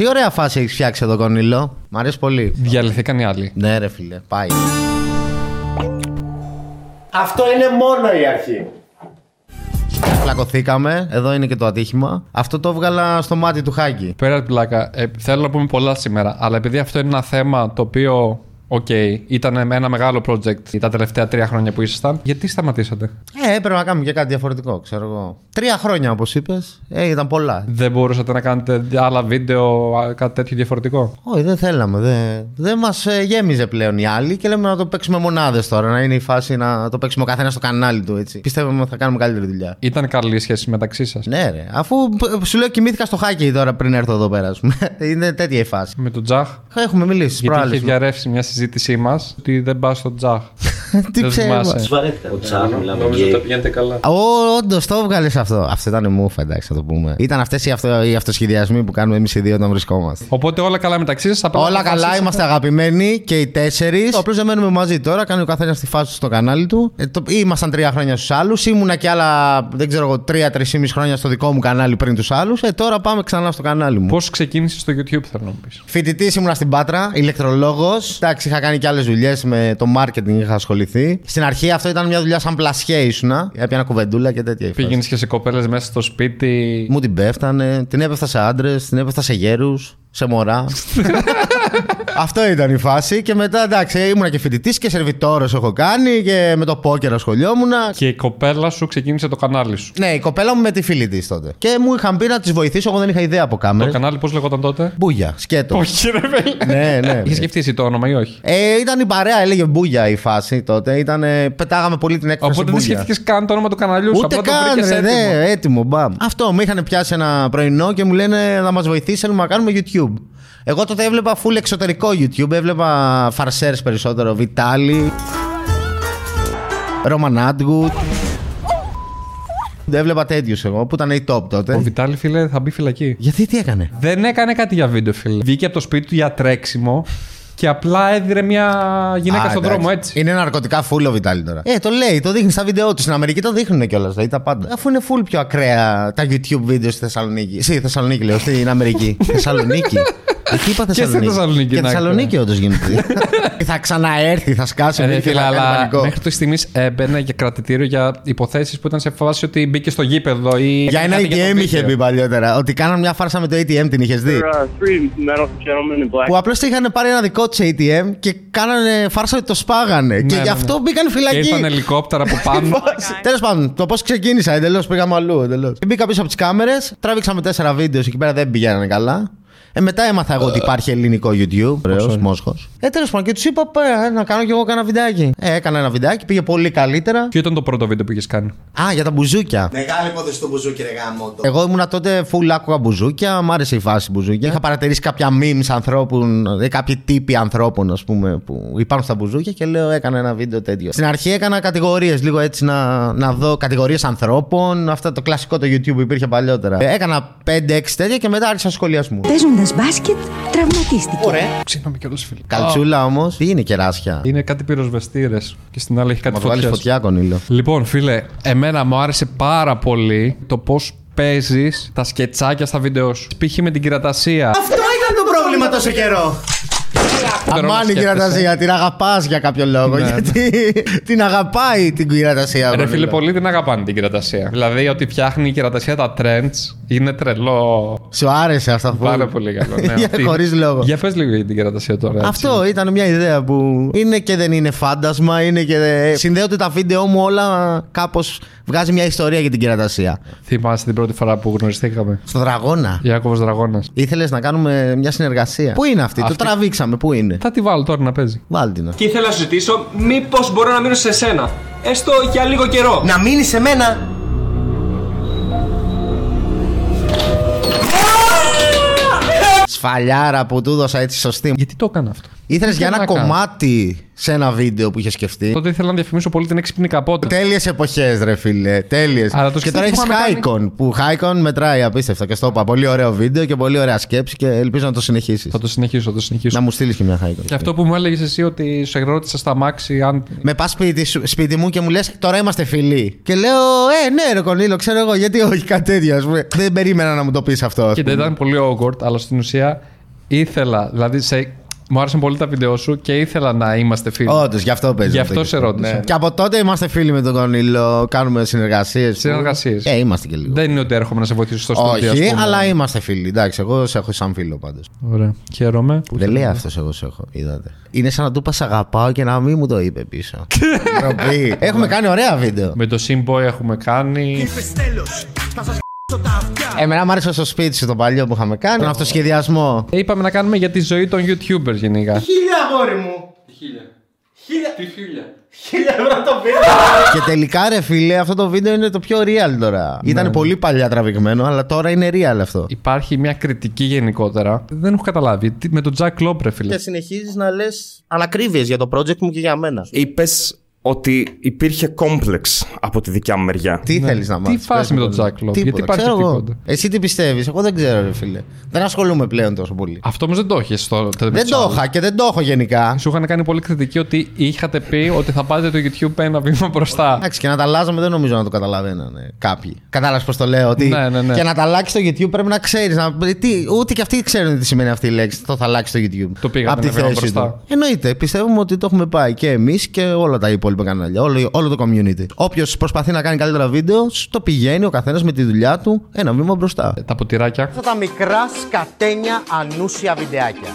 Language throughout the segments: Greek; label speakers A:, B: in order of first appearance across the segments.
A: Τι ωραία φάση έχεις φτιάξει εδώ, Κονίλο. Μ' αρέσει πολύ.
B: Διαλυθήκαν οι άλλοι.
A: Ναι, ρε φίλε, πάει.
C: Αυτό είναι μόνο η αρχή.
A: Φλακωθήκαμε. Εδώ είναι και το ατύχημα. Αυτό το έβγαλα στο μάτι του Χάκη.
B: Πέρα από την πλάκα, ε, θέλω να πούμε πολλά σήμερα, αλλά επειδή αυτό είναι ένα θέμα το οποίο, οκ, ήταν ένα μεγάλο project τα τελευταία τρία χρόνια που ήσασταν, γιατί σταματήσατε.
A: Ε, έπρεπε να κάνουμε και κάτι διαφορετικό, ξέρω εγώ. Τρία χρόνια, όπως είπες. Ε, ήταν πολλά.
B: Δεν μπορούσατε να κάνετε άλλα βίντεο, α, κάτι τέτοιο διαφορετικό.
A: Όχι, δεν θέλαμε. Δεν δεν μας γέμιζε πλέον οι άλλοι και λέμε να το παίξουμε μονάδες τώρα. Να είναι η φάση να το παίξουμε ο καθένας στο κανάλι του έτσι. Πιστεύαμε ότι θα κάνουμε καλύτερη δουλειά.
B: Ήταν καλή η σχέση μεταξύ σας.
A: Ναι, ρε. Αφού π- σου λέω κοιμήθηκα στο χάκι τώρα πριν έρθω εδώ πέρα. ας πούμε. είναι τέτοια η φάση.
B: Με τον Τζαχ.
A: Έχουμε μιλήσει
B: Γιατί
A: προάλλες.
B: είχε διαρρεύσει μια συζήτησή μας ότι δεν πας στο Τζαχ.
A: Τι
B: δεν
A: ψέμα.
B: θυμάσαι.
C: Βαρέθηκα. Ο Τσάρ, μιλάμε
B: Νομίζω ότι τα
C: γκέι.
B: πηγαίνετε καλά.
A: Όντως το έβγαλες αυτό. Αυτό ήταν μούφα, εντάξει, να το πούμε. Ήταν αυτές οι, αυτο, οι αυτοσχεδιασμοί που κάνουμε εμείς οι δύο όταν βρισκόμαστε.
B: Οπότε όλα καλά μεταξύ σας.
A: Όλα καλά, είμαστε αγαπημένοι και οι τέσσερις. Απλώ δεν μένουμε μαζί τώρα. Κάνει ο καθένας τη φάση του στο κανάλι του. Ε, το, ήμασταν τρία χρόνια στους άλλους. Ήμουνα και άλλα, δεν ξέρω εγώ, τρία-τρει χρόνια στο δικό μου κανάλι πριν τους άλλους. Ε, τώρα πάμε ξανά στο κανάλι μου.
B: Πώς ξεκίνησε στο YouTube, θέλω να μου πεις.
A: Φοιτητής ήμουνα στην Πάτρα, ηλεκτρολόγος. Εντάξει, είχα κάνει και άλλες δουλειές με το marketing, είχα ασχοληθεί. Στην αρχή αυτό ήταν μια δουλειά σαν πλασιέ ήσουνα. Έπιανα κουβεντούλα και τέτοια. η φάση.
B: Πήγαινες και σε κοπέλες μέσα στο σπίτι.
A: Μου την πέφτανε, την έπεφτα σε άντρες, την έπεφτα σε γέρους, σε μωρά. Αυτό ήταν η φάση. Και μετά εντάξει, ήμουνα και φοιτητής και σερβιτόρος έχω κάνει και με το πόκερ ασχολιόμουν.
B: Και η κοπέλα σου ξεκίνησε το κανάλι σου.
A: Ναι, η κοπέλα μου με τη φίλη της τότε. Και μου είχαν πει να τη βοηθήσω, εγώ δεν είχα ιδέα από
B: Το
A: κάμερε.
B: κανάλι πώς λεγόταν τότε.
A: Μπούγια, σκέτο.
B: Όχι, ρε φίλε.
A: ναι, ναι.
B: Είχε σκεφτείς εσύ το όνομα ή όχι.
A: Ε, ήταν η παρέα, έλεγε μπούγια η φάση τότε. Ήτανε, πετάγαμε πολύ την έκφραση.
B: Οπότε δεν
A: μπούγια.
B: σκέφτηκε καν το όνομα του καναλιού σου.
A: Ούτε
B: απλά το
A: καν,
B: βρήκες
A: ρε,
B: έτοιμο.
A: ναι, έτοιμο, μπαμ. Αυτό, με είχαν πιάσει ένα πρωινό και μου λένε να μας βοηθήσεις, θέλουμε να κάνουμε YouTube. Εγώ τότε έβλεπα full εξωτερικό YouTube, έβλεπα φαρσέρ περισσότερο, Βιτάλι, Ρόμαν Άντγουτ. Δεν έβλεπα τέτοιους εγώ, που ήταν η top
B: Ο
A: τότε.
B: Βιτάλη, φίλε, θα μπει φυλακή.
A: Γιατί τι έκανε.
B: Δεν έκανε κάτι για βίντεο, φίλε. Βγήκε από το σπίτι του για τρέξιμο και απλά έδιρε μια γυναίκα
A: Α,
B: στον
A: εντάξει.
B: δρόμο, έτσι.
A: Είναι ναρκωτικά φούλο Βιτάλι τώρα. Ε, το λέει, το δείχνει στα βίντεο του. Στην Αμερική το δείχνουν κιόλα, δηλαδή τα πάντα. Αφού είναι full πιο ακραία τα YouTube βίντεο στη Θεσσαλονίκη. Στη Θεσσαλονίκη, λέω, στην Αμερική. Θεσσαλονίκη. Εκεί είπα
B: στη
A: Θεσσαλονίκη.
B: Θεσσαλονίκη,
A: Και
B: να
A: Θεσσαλονίκη όντως γίνεται. θα ξαναέρθει, θα σκάσει.
B: Ε, Ρε
A: μύτη και
B: φίλε,
A: θα κάνει
B: αλλά
A: πανικό.
B: μέχρι τη στιγμή έμπαινε για κρατητήριο για υποθέσεις που ήταν σε φάση ότι μπήκε στο γήπεδο ή.
A: Για ένα
B: έκανε κάτι
A: ATM
B: το
A: είχε
B: βίντεο.
A: πει παλιότερα. Ότι κάναν μια φάρσα με το ATM, την είχες δει.
D: There are three metal gentlemen in black
A: Που απλώς είχαν πάρει ένα δικό του ATM και κάνανε φάρσα ότι το σπάγανε. και
B: ναι,
A: γι'
B: ναι.
A: αυτό μπήκαν
B: Και
A: φυλακή. Λοιπόν,
B: ήρθαν ελικόπτερα από πάνω.
A: Τέλος πάντων, το πώς ξεκίνησα εντελώς, πήγαμε αλλού εντελώς. Μπήκα πίσω από τις κάμερες, τράβηξαμε τέσσερα βίντεος εκεί πέρα δεν πηγαίνανε καλά. Ε, μετά έμαθα εγώ ότι υπάρχει ελληνικό YouTube. Ωραίος, Μόσχος. Ε, τέλος πάντων, και τους είπα «Παι, να κάνω κι εγώ κάνα βιντεάκι. Ε, έκανα ένα βιντεάκι, πήγε πολύ καλύτερα.
B: Ποιο ήταν το πρώτο βίντεο που είχες κάνει.
A: Α, για τα μπουζούκια.
E: Μεγάλη υπόθεση το μπουζούκι, ρε γάμο.
A: Εγώ ήμουνα τότε full άκουγα μπουζούκια, μ' άρεσε η φάση
B: Ναι.
A: μπουζούκια. Είχα παρατηρήσει κάποια memes ανθρώπων, ε, κάποιοι τύποι ανθρώπων, ας πούμε, που υπάρχουν στα μπουζούκια και λέω έκανα ένα βίντεο τέτοιο. Στην αρχή έκανα κατηγορίες, λίγο έτσι να, να δω κατηγορίες ανθρώπων, αυτά το κλασικό το YouTube που υπήρχε παλιότερα. Ε, Έκανα 5-6 τέτοια και μετά άρχισα σχολιασμού.
F: Παίζοντα μπάσκετ, τραυματίστηκε.
B: Ξύναμε κιόλα, φίλε.
A: Καλτσούλα όμως, τι είναι κεράσια.
B: Είναι κάτι πυροσβεστήρες και στην άλλη έχει κάτι
A: Μα το βάλει
B: φωτιές.
A: φωτιά, Κονίλο.
B: Λοιπόν, φίλε, εμένα μου άρεσε πάρα πολύ το πώς παίζεις τα σκετσάκια στα βίντεο σου. Π.χ. με την κυρατασία.
A: Αυτό ήταν το πρόβλημα τόσο καιρό.
B: Τώρα να
A: Αμάν η
B: σκέφτεσαι.
A: κυρατασία, την αγαπάς για κάποιο λόγο. γιατί την αγαπάει την κυρατασία.
B: Ναι, Ρε
A: Κονίλο.
B: φίλε, πολλοί την αγαπάνε την κυρατασία. Δηλαδή ότι φτιάχνει η κυρατασία τα trends είναι τρελό.
A: Σου άρεσε αυτό που.
B: Πάρα πολύ καλό. ναι,
A: Για
B: αυτή.
A: χωρίς λόγο.
B: Για πες λίγο για την κυρατασία τώρα. έτσι.
A: Αυτό ήταν μια ιδέα που είναι και δεν είναι φάντασμα, είναι και.
B: Ε,
A: δεν- Συνδέονται τα βίντεο μου όλα κάπως. Βγάζει μια ιστορία για την κυρατασία.
B: Θυμάσαι την πρώτη φορά που γνωριστήκαμε.
A: Στο δραγόνα.
B: Ιάκωβος Δραγόνα.
A: Ήθελες να κάνουμε μια συνεργασία. Πού είναι αυτή,
B: Αυτή-
A: το τραβήξαμε, πού είναι.
B: Θα τη βάλω τώρα να παίζει.
A: Βάλτινα.
G: Και ήθελα να σου ζητήσω μήπως μπορώ να μείνω σε σένα. Έστω για λίγο καιρό.
E: Να μείνεις σε μένα.
A: Σφαλιάρα που του έδωσα έτσι σωστή.
B: Γιατί το έκανα αυτό.
A: Ήθελες για ένα
B: να κάνω.
A: κομμάτι σε ένα βίντεο που είχες σκεφτεί.
B: Τότε ήθελα να διαφημίσω πολύ την έξυπνη καπότα.
A: Τέλειες εποχές, ρε φίλε. Τέλειες.
B: Αλλά το
A: Και τώρα
B: ξέρεις
A: έχει
B: που είχαμε
A: Χάικον. Που Χάικον μετράει απίστευτα. Και στο είπα. Πολύ ωραίο βίντεο και πολύ ωραία σκέψη και ελπίζω να το συνεχίσεις.
B: Θα το συνεχίσω, θα το συνεχίσω.
A: Να μου στείλεις και μια Χάικον.
B: Και αυτό που μου έλεγες εσύ ότι σε ρώτησα στα μάξι αν.
A: Με πας σπίτι, σου- σπίτι μου και μου λες τώρα είμαστε φίλοι. Και λέω, Ε, ναι, ρε Κονίλο, ξέρω εγώ, γιατί όχι κάτι τέτοιο, ας πούμε. Δεν περίμενα να μου το πεις αυτό. ας
B: Και
A: πούμε.
B: δεν ήταν πολύ awkward, αλλά στην ουσία ήθελα, δηλαδή σε... μου άρεσαν πολύ τα βίντεο σου και ήθελα να είμαστε φίλοι.
A: Όντως, γι' αυτό παίζει.
B: Γι' αυτό σε ρώτησα.
A: Και από τότε είμαστε φίλοι με τον Κονίλο, κάνουμε συνεργασίες.
B: Συνεργασίες.
A: Ε, είμαστε και λίγο.
B: Δεν είναι ότι έρχομαι να σε βοηθήσω στο στούντιο. ας
A: Όχι,
B: πούμε.
A: αλλά είμαστε φίλοι. Εντάξει, εγώ σε έχω σαν φίλο πάντως.
B: Ωραία. Χαίρομαι. που-
A: Δεν λέει αυτός, εγώ σε έχω. Είδατε. Είναι σαν να του είπα «Σ' αγαπάω και να μην μου το είπε πίσω. Ντροπή. Έχουμε κάνει ωραία βίντεο.
B: Με το Simboy έχουμε κάνει.
A: Εμένα μου άρεσε στο σπίτι σου το παλιό που είχαμε κάνει. Τον αυτοσχεδιασμό.
B: Ε, Είπαμε να κάνουμε για τη ζωή των YouTubers γενικά.
E: Χίλια, αγόρι μου. Χίλια. Χίλια. Χίλια ευρώ το πήρα.
A: και τελικά, ρε φίλε, αυτό το βίντεο είναι το πιο real τώρα. Ήταν πολύ παλιά τραβηγμένο, αλλά τώρα είναι real αυτό.
B: Υπάρχει μια κριτική γενικότερα. Δεν έχω καταλάβει. Τι- Με τον Jack Lop, ρε φίλε.
H: Και συνεχίζεις να λες ανακρίβειες για το project μου και για μένα.
I: Είπες ότι υπήρχε κόμπλεξ από τη δικιά μου μεριά.
A: Ναι. Τι θέλεις να μάθει.
B: Τι φάση με τον Jack Lop, γιατί υπάρχει
A: ξέρω
B: αυτή η
A: εγώ.
B: κόντα.
A: Εσύ τι πιστεύεις, εγώ δεν ξέρω, ρε φίλε. Δεν ασχολούμαι πλέον τόσο πολύ.
B: Αυτό όμως δεν το έχεις στο
A: Δεν το είχα και δεν το έχω γενικά.
B: Σου είχαν κάνει πολύ κριτική ότι είχατε πει ότι θα πάτε το YouTube ένα βήμα μπροστά.
A: Εντάξει, και να τα αλλάζαμε δεν νομίζω να το καταλαβαίνανε κάποιοι. Κατάλαβες πώς το λέω. Ότι
B: Ναι, ναι, ναι.
A: Και να τα αλλάξει το YouTube πρέπει να ξέρεις. Να... ε, τι- Ούτε και αυτοί ξέρουν τι σημαίνει αυτή η λέξη. Το θα αλλάξει το YouTube.
B: Το πήγατε
A: Απ' τη
B: ένα βήμα
A: θέση
B: μπροστά.
A: του. Εννοείται. Πιστεύουμε ότι το έχουμε πάει και εμείς και όλα τα υπόλοιπα κανάλια. Όλο, όλο το community. Όποιος προσπαθεί να κάνει καλύτερα βίντεο, το πηγαίνει ο καθένας με τη δουλειά του ένα βήμα μπροστά.
B: Τα ποτηράκια.
H: Αυτά τα μικρά σκατένια ανούσια βιντεάκια.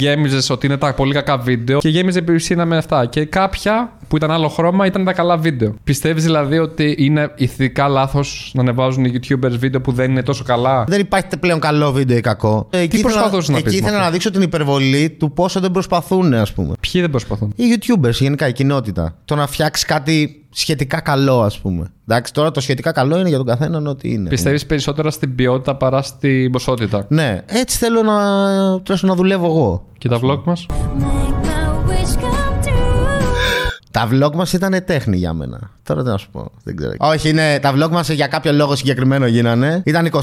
B: Γέμιζες ότι είναι τα πολύ κακά βίντεο και γέμιζε η πισίνα με αυτά. Και κάποια που ήταν άλλο χρώμα ήταν τα καλά βίντεο. Πιστεύεις δηλαδή ότι είναι ηθικά λάθος να ανεβάζουν οι YouTubers βίντεο που δεν είναι τόσο καλά.
A: Δεν υπάρχει πλέον καλό βίντεο ή κακό. Ε, Εκεί ήθελα-
B: προσπαθούσες να πεις
A: Εκεί
B: με
A: ήθελα
B: αυτό?
A: να δείξω την υπερβολή του πόσο δεν προσπαθούν, ας πούμε.
B: Ποιοι δεν
H: Ε,
B: προσπαθούν.
A: Οι YouTubers, γενικά η κοινότητα. Το να φτιάξεις κάτι σχετικά καλό, ας πούμε. Εντάξει, τώρα το σχετικά καλό είναι για τον καθέναν ό,τι
H: ε.
A: είναι.
B: Πιστεύεις περισσότερα στην ποιότητα παρά στην ποσότητα.
A: Ναι, έτσι θέλω να, τόσο να δουλεύω εγώ.
B: Και τα vlog μας.
A: Τα vlog μας ήταν τέχνη για μένα. Τώρα τι να σου πω. Δεν ξέρω. Όχι, ναι, τα vlog μας για κάποιο λόγο συγκεκριμένο γίνανε. Ήταν 25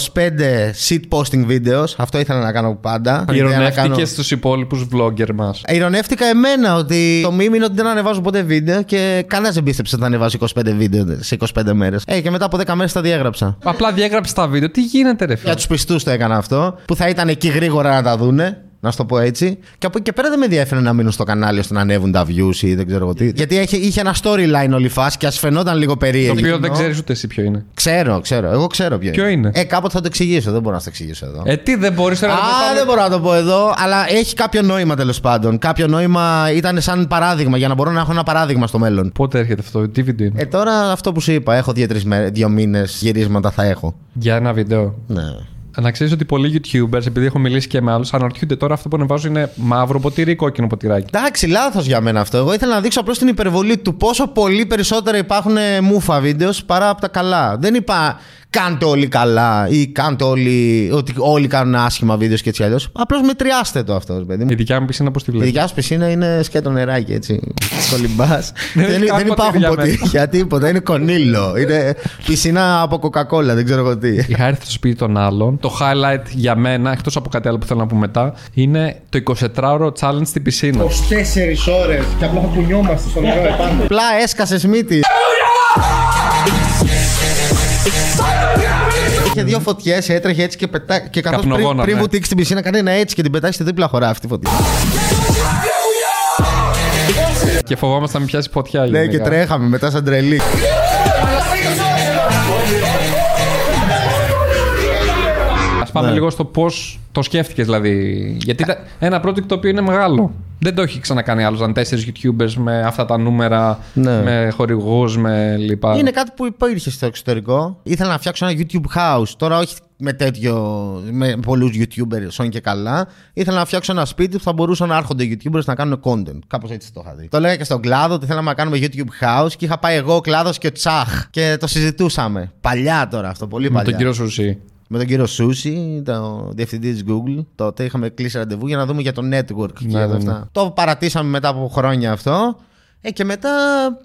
A: shit posting videos. Αυτό ήθελα να κάνω πάντα. Ήθελα να
B: Ηρωνεύτηκες
A: κάνω-
B: στους υπόλοιπους vlogger μας.
A: Ειρωνεύτηκα εμένα ότι το μήνυμα είναι ότι δεν ανεβάζω ποτέ βίντεο και κανένας δεν πίστεψε ότι θα ανεβάσω 25 βίντεο σε 25 μέρες. Ε, και μετά από 10 μέρες τα διέγραψα.
B: Απλά διέγραψε τα βίντεο. Τι γίνεται, ρε φίλε.
A: Για τους πιστούς το έκανα αυτό, που θα ήταν εκεί γρήγορα να τα δούνε. Να σου το πω έτσι. Και από εκεί και πέρα δεν με ενδιαφέρει να μείνουν στο κανάλι ώστε να ανέβουν τα views ή δεν ξέρω εγώ τι. Γιατί είχε, είχε ένα storyline όλη η φάση και ας φαινόταν λίγο
B: Το
A: περίεργο.
B: οποίο δεν ξέρεις ούτε εσύ ποιο είναι.
A: Ξέρω, ξέρω. Εγώ ξέρω ποιο,
B: Ποιο είναι?
A: Ε, κάποτε θα το εξηγήσω. Δεν μπορώ να το εξηγήσω εδώ.
B: Ε, τι δεν μπορείς τώρα να το
A: Α,
B: πάμε-
A: δεν μπορώ να το πω εδώ, αλλά έχει κάποιο νόημα τέλος πάντων. Κάποιο νόημα ήταν σαν παράδειγμα για να μπορώ να έχω ένα παράδειγμα στο μέλλον.
B: Πότε έρχεται αυτό, τι βίντεο είναι.
A: Ε, τώρα αυτό που σου είπα, έχω δύο-τρει δύο μήνες γυρίσματα θα έχω.
B: Για ένα βίντεο.
A: Ναι.
B: Να ξέρεις ότι πολλοί YouTubers, επειδή έχω μιλήσει και με άλλους, αναρωτιούνται τώρα αυτό που ανεβάζω είναι μαύρο ποτήρι ή κόκκινο ποτηράκι.
A: Εντάξει, λάθος για μένα αυτό. Εγώ ήθελα να δείξω απλώς την υπερβολή του πόσο πολύ περισσότερα υπάρχουν ε, μούφα βίντεος παρά από τα καλά. Δεν είπα κάντε όλοι καλά ή κάντε όλοι. ότι όλοι κάνουν άσχημα βίντεος και έτσι αλλιώς. Απλώς μετριάστε το αυτό, ρε παιδί μου.
B: Η δικιά μου πισίνα πώ τη
A: Η
B: βλέπει.
A: δικιά σου πισίνα είναι σκέτο νεράκι, έτσι. Κολυμπά.
B: Δεν
A: δεν,
B: υπάρχουν
A: δεν υπάρχουν
B: ποτήρια μέσα.
A: ποτήρια, τίποτα. Είναι κονίλο. Είναι πισίνα από κοκακόλα, δεν ξέρω εγώ τι.
B: Είχα έρθει στο σπίτι των άλλων. Το highlight για μένα, εκτός από κάτι άλλο που θέλω να πω μετά, είναι το 24ωρο challenge στην πισίνα.
A: Απλά έσκασες μύτη. Είχε δύο φωτιές, έτρεχε έτσι και πετά. Και καθώς πριν,
B: Καπνογόνα,
A: πριν
B: ναι.
A: βουτήξει την πισίνα, κάνει ένα έτσι και την πετάει στη δίπλα χωρά αυτή η φωτιά.
B: Και φοβόμαστε να μην πιάσει φωτιά.
A: Ναι,
B: γενικά.
A: και τρέχαμε μετά σαν τρελή.
B: Ας
A: Ναι.
B: πάμε λίγο στο πώς το σκέφτηκες, δηλαδή. Γιατί ήταν ένα project το οποίο είναι μεγάλο. Δεν το έχει ξανακάνει άλλος. Αν τέσσερις YouTubers με αυτά τα νούμερα,
A: Ναι.
B: με χορηγούς, με λοιπά.
A: Είναι κάτι που υπήρχε στο εξωτερικό. Ήθελα να φτιάξω ένα YouTube house. Τώρα όχι με τέτοιο. με πολλούς YouTubers, όν και καλά. Ήθελα να φτιάξω ένα σπίτι που θα μπορούσαν να έρχονται YouTubers να κάνουν content. Κάπως έτσι το είχα δει. Το λέγα και στον κλάδο ότι θέλαμε να κάνουμε YouTube house και είχα πάει εγώ, ο κλάδος και ο Τσάχ. Και το συζητούσαμε. Παλιά τώρα αυτό, πολύ
B: με
A: παλιά.
B: τον κύριο Σουσί.
A: Με τον κύριο Σούση, το διευθυντή της Google, τότε είχαμε κλείσει ραντεβού για να δούμε για το network και για
B: ναι,
A: τα αυτά.
B: ναι.
A: Το παρατήσαμε μετά από χρόνια αυτό. Ε, και μετά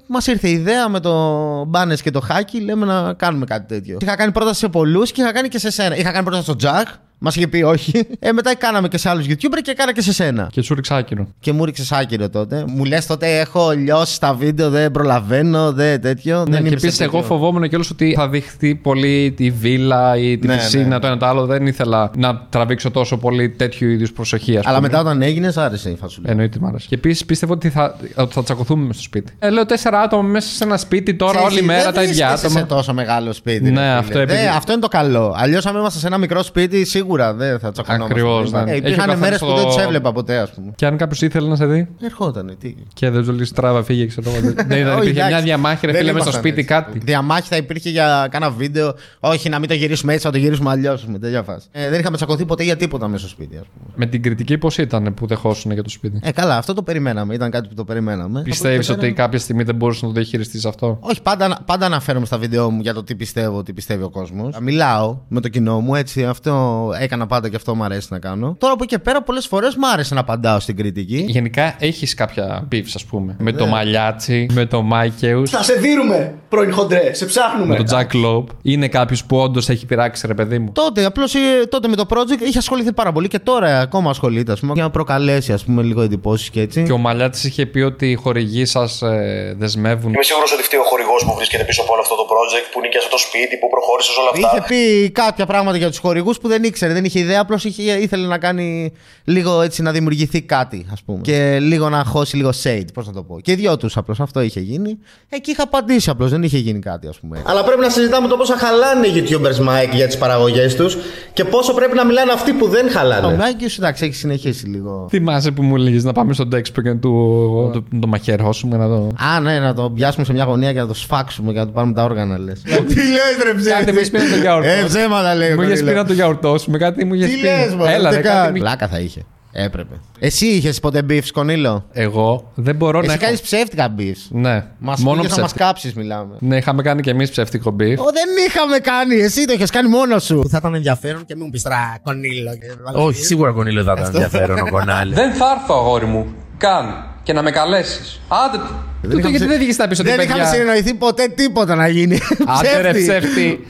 A: μας ήρθε η ιδέα με το μπάνε και το χάκι, λέμε να κάνουμε κάτι τέτοιο. Είχα κάνει πρόταση σε πολλούς και είχα κάνει και σε σένα. Είχα κάνει πρόταση στο Τζακ, Μας είχε πει όχι. Ε, μετά κάναμε και σε άλλους YouTuber και κάνα και σε σένα.
B: Και σου ρίξα άκυρο.
A: Και μου ρίξες άκυρο τότε. Μου λες τότε έχω λιώσει τα βίντεο, δεν προλαβαίνω, δεν τέτοιο.
B: Ναι,
A: δεν
B: και
A: είμαι σε
B: επίση, εγώ
A: τέτοιο.
B: φοβόμουν κιόλας ότι θα δειχθεί πολύ τη βίλα ή την
A: Ναι,
B: πισίνα,
A: ναι.
B: το ένα το άλλο. Δεν ήθελα να τραβήξω τόσο πολύ τέτοιου είδους προσοχή, ας
A: Αλλά
B: πούμε.
A: μετά όταν έγινες, άρεσε η φασουλή.
B: Εννοείται μ' άρεσε. Και επίσης πίστευα ότι θα, ότι θα τσακωθούμε μέσα στο σπίτι. Ε, λέω τέσσερα άτομα μέσα σε ένα σπίτι τώρα,
A: Ξέρεις,
B: όλη μέρα
A: δεν
B: τα ίδια
A: βρίσκεσαι
B: άτομα.
A: σε τόσο μεγάλο σπίτι. ρε
B: Ναι,
A: φίλε.
B: αυτό επειδή-
A: Δεν, αυτό είναι το καλό. Αλλιώς, αν ήμασταν σε ένα μικρό σπίτι, σίγουρα δεν θα τσακωνόμαστε.
B: Ακριβώς, ναι.
A: Ε,
B: Έχει ο
A: Υπήρχαν
B: καθένας
A: μέρες που δεν
B: το-
A: του έβλεπα ποτέ, ας πούμε.
B: Και αν κάποιος ήθελε να σε δει.
A: Ερχόταν, τι. Ε,
B: Και δεν του λέει τράβα, φύγε, ξέρω εγώ. Δεν- Δεν
A: Όχι,
B: ήταν. Υπήρχε
A: εντάξει.
B: μια διαμάχη, ρε
A: Δεν
B: φίλε, μέσα στο
A: ήμασταν
B: σπίτι
A: έτσι.
B: κάτι.
A: Διαμάχη θα υπήρχε για κάνα βίντεο. Όχι, να μην το γυρίσουμε έτσι, θα το γυρίσουμε αλλιώς. Τέτοια φάση. Ε, δεν είχαμε τσακωθεί ποτέ για τίποτα μέσα στο σπίτι, ας πούμε.
B: Με την κριτική πώς ήταν που δεχόσουν για το σπίτι.
A: Ε, καλά, αυτό το περιμέναμε. Ήταν κάτι που το περιμέναμε.
B: Πιστεύεις ότι κάποια στιγμή δεν μπορούσες να το διαχειριστείς αυτό.
A: Όχι, πάντα, πάντα αναφέρομαι στα βίντεο μου για το τι πιστεύω, τι πιστεύει ο κόσμος. Μιλάω με το κοινό μου, έτσι. Αυτό έκανα πάντα και αυτό μου αρέσει να κάνω. Τώρα από εκεί και πέρα, πολλές φορές μου άρεσε να απαντάω στην κριτική.
B: Γενικά έχεις κάποια beefs, ας πούμε. Με
A: Ναι.
B: το Μαλιάτσι, με το Μάικεους,
J: Θα σε δίνουμε πρώην χοντρέ, σε ψάχνουμε.
B: με τον Τζακ Λόπ. Είναι κάποιος που όντως έχει πειράξει, ρε παιδί μου.
A: Τότε, απλώς τότε με το project είχε ασχοληθεί πάρα πολύ και τώρα ακόμα ασχολείται, ας πούμε, για να προκαλέσει ας πούμε, λίγο εντυπώσεις και έτσι.
B: Και ο Μαλιάτσι είχε πει ότι οι χορηγοί σας δεσμεύουν.
J: Είμαι σίγουρος ότι φταίει ο χορηγός που βρίσκεται πίσω από όλο αυτό το project, που νοικιάσε το σπίτι, που προχώρησε όλα αυτά.
A: Είχε πει κάποια πράγματα για τους χορηγούς που δεν ήξερε, δεν είχε ιδέα. Απλώς ήθελε να κάνει λίγο έτσι να δημιουργηθεί κάτι, ας πούμε. Και λίγο να χώσει λίγο shade, πώς να το πω. Και δυο τους απλώς αυτό είχε γίνει. Εκεί είχα απαντήσει απλώς, δεν είχε γίνει κάτι, ας πούμε.
H: Αλλά πρέπει να συζητάμε το πόσα χαλάνε οι YouTubers Mike για τις παραγωγές τους και πόσο πρέπει να μιλάνε αυτοί που δεν
A: Ο
H: χαλάνε.
A: Μάικη, εντάξει, έχει συνεχίσει λίγο.
B: Θυμάσαι που μου λέγεις να πάμε στον Τέξπο και να του,
A: Ναι.
B: το, το μαχαιρώσουμε να το.
A: Α, ναι, να το πιάσουμε σε μια γωνία και να το σφάξουμε και να του πάρουμε τα όργανα, λες. Τι λε, ρε
B: Κάτι μου είχε πει να το
A: Ε,
B: γιαουρτώσουμε.
A: ψέματα λέει. ο
B: Μου είχες πει
A: Κορίλα.
B: να το γιαουρτώσουμε, κάτι μου είχες πει.
A: Τι λε, μα.
B: Έλα, ρε,
A: δεν κα-
B: κάτι μου-
A: Πλάκα θα είχε. Έπρεπε. Εσύ είχες ποτέ μπιφ, Σκονίλο.
B: Εγώ δεν μπορώ να.
A: Εσύ
B: έχω-
A: κάνεις ψεύτικα μπιφ.
B: Ναι,
A: Μας
B: μόνο
A: πήγες να μας
B: ψεύτικα.
A: κάψεις, μιλάμε.
B: Ναι, είχαμε κάνει και εμείς ψεύτικο μπιφ.
A: Ω, δεν είχαμε κάνει. Εσύ το είχες κάνει μόνο σου.
H: Θα ήταν ενδιαφέρον και μην μου πεις τρα κονίλο.
E: Όχι, σίγουρα κονίλο θα ήταν ενδιαφέρον ο Κονάλη.
G: Δεν θα έρθω, αγόρι μου. Καν. Και να με καλέσεις. Άντε.
B: Τούτο γιατί δεν βγήκε να πει ότι
A: Δεν είχαμε
B: παιδιά.
A: συνεννοηθεί ποτέ τίποτα να γίνει.
B: Άντε ρε ψεύτη.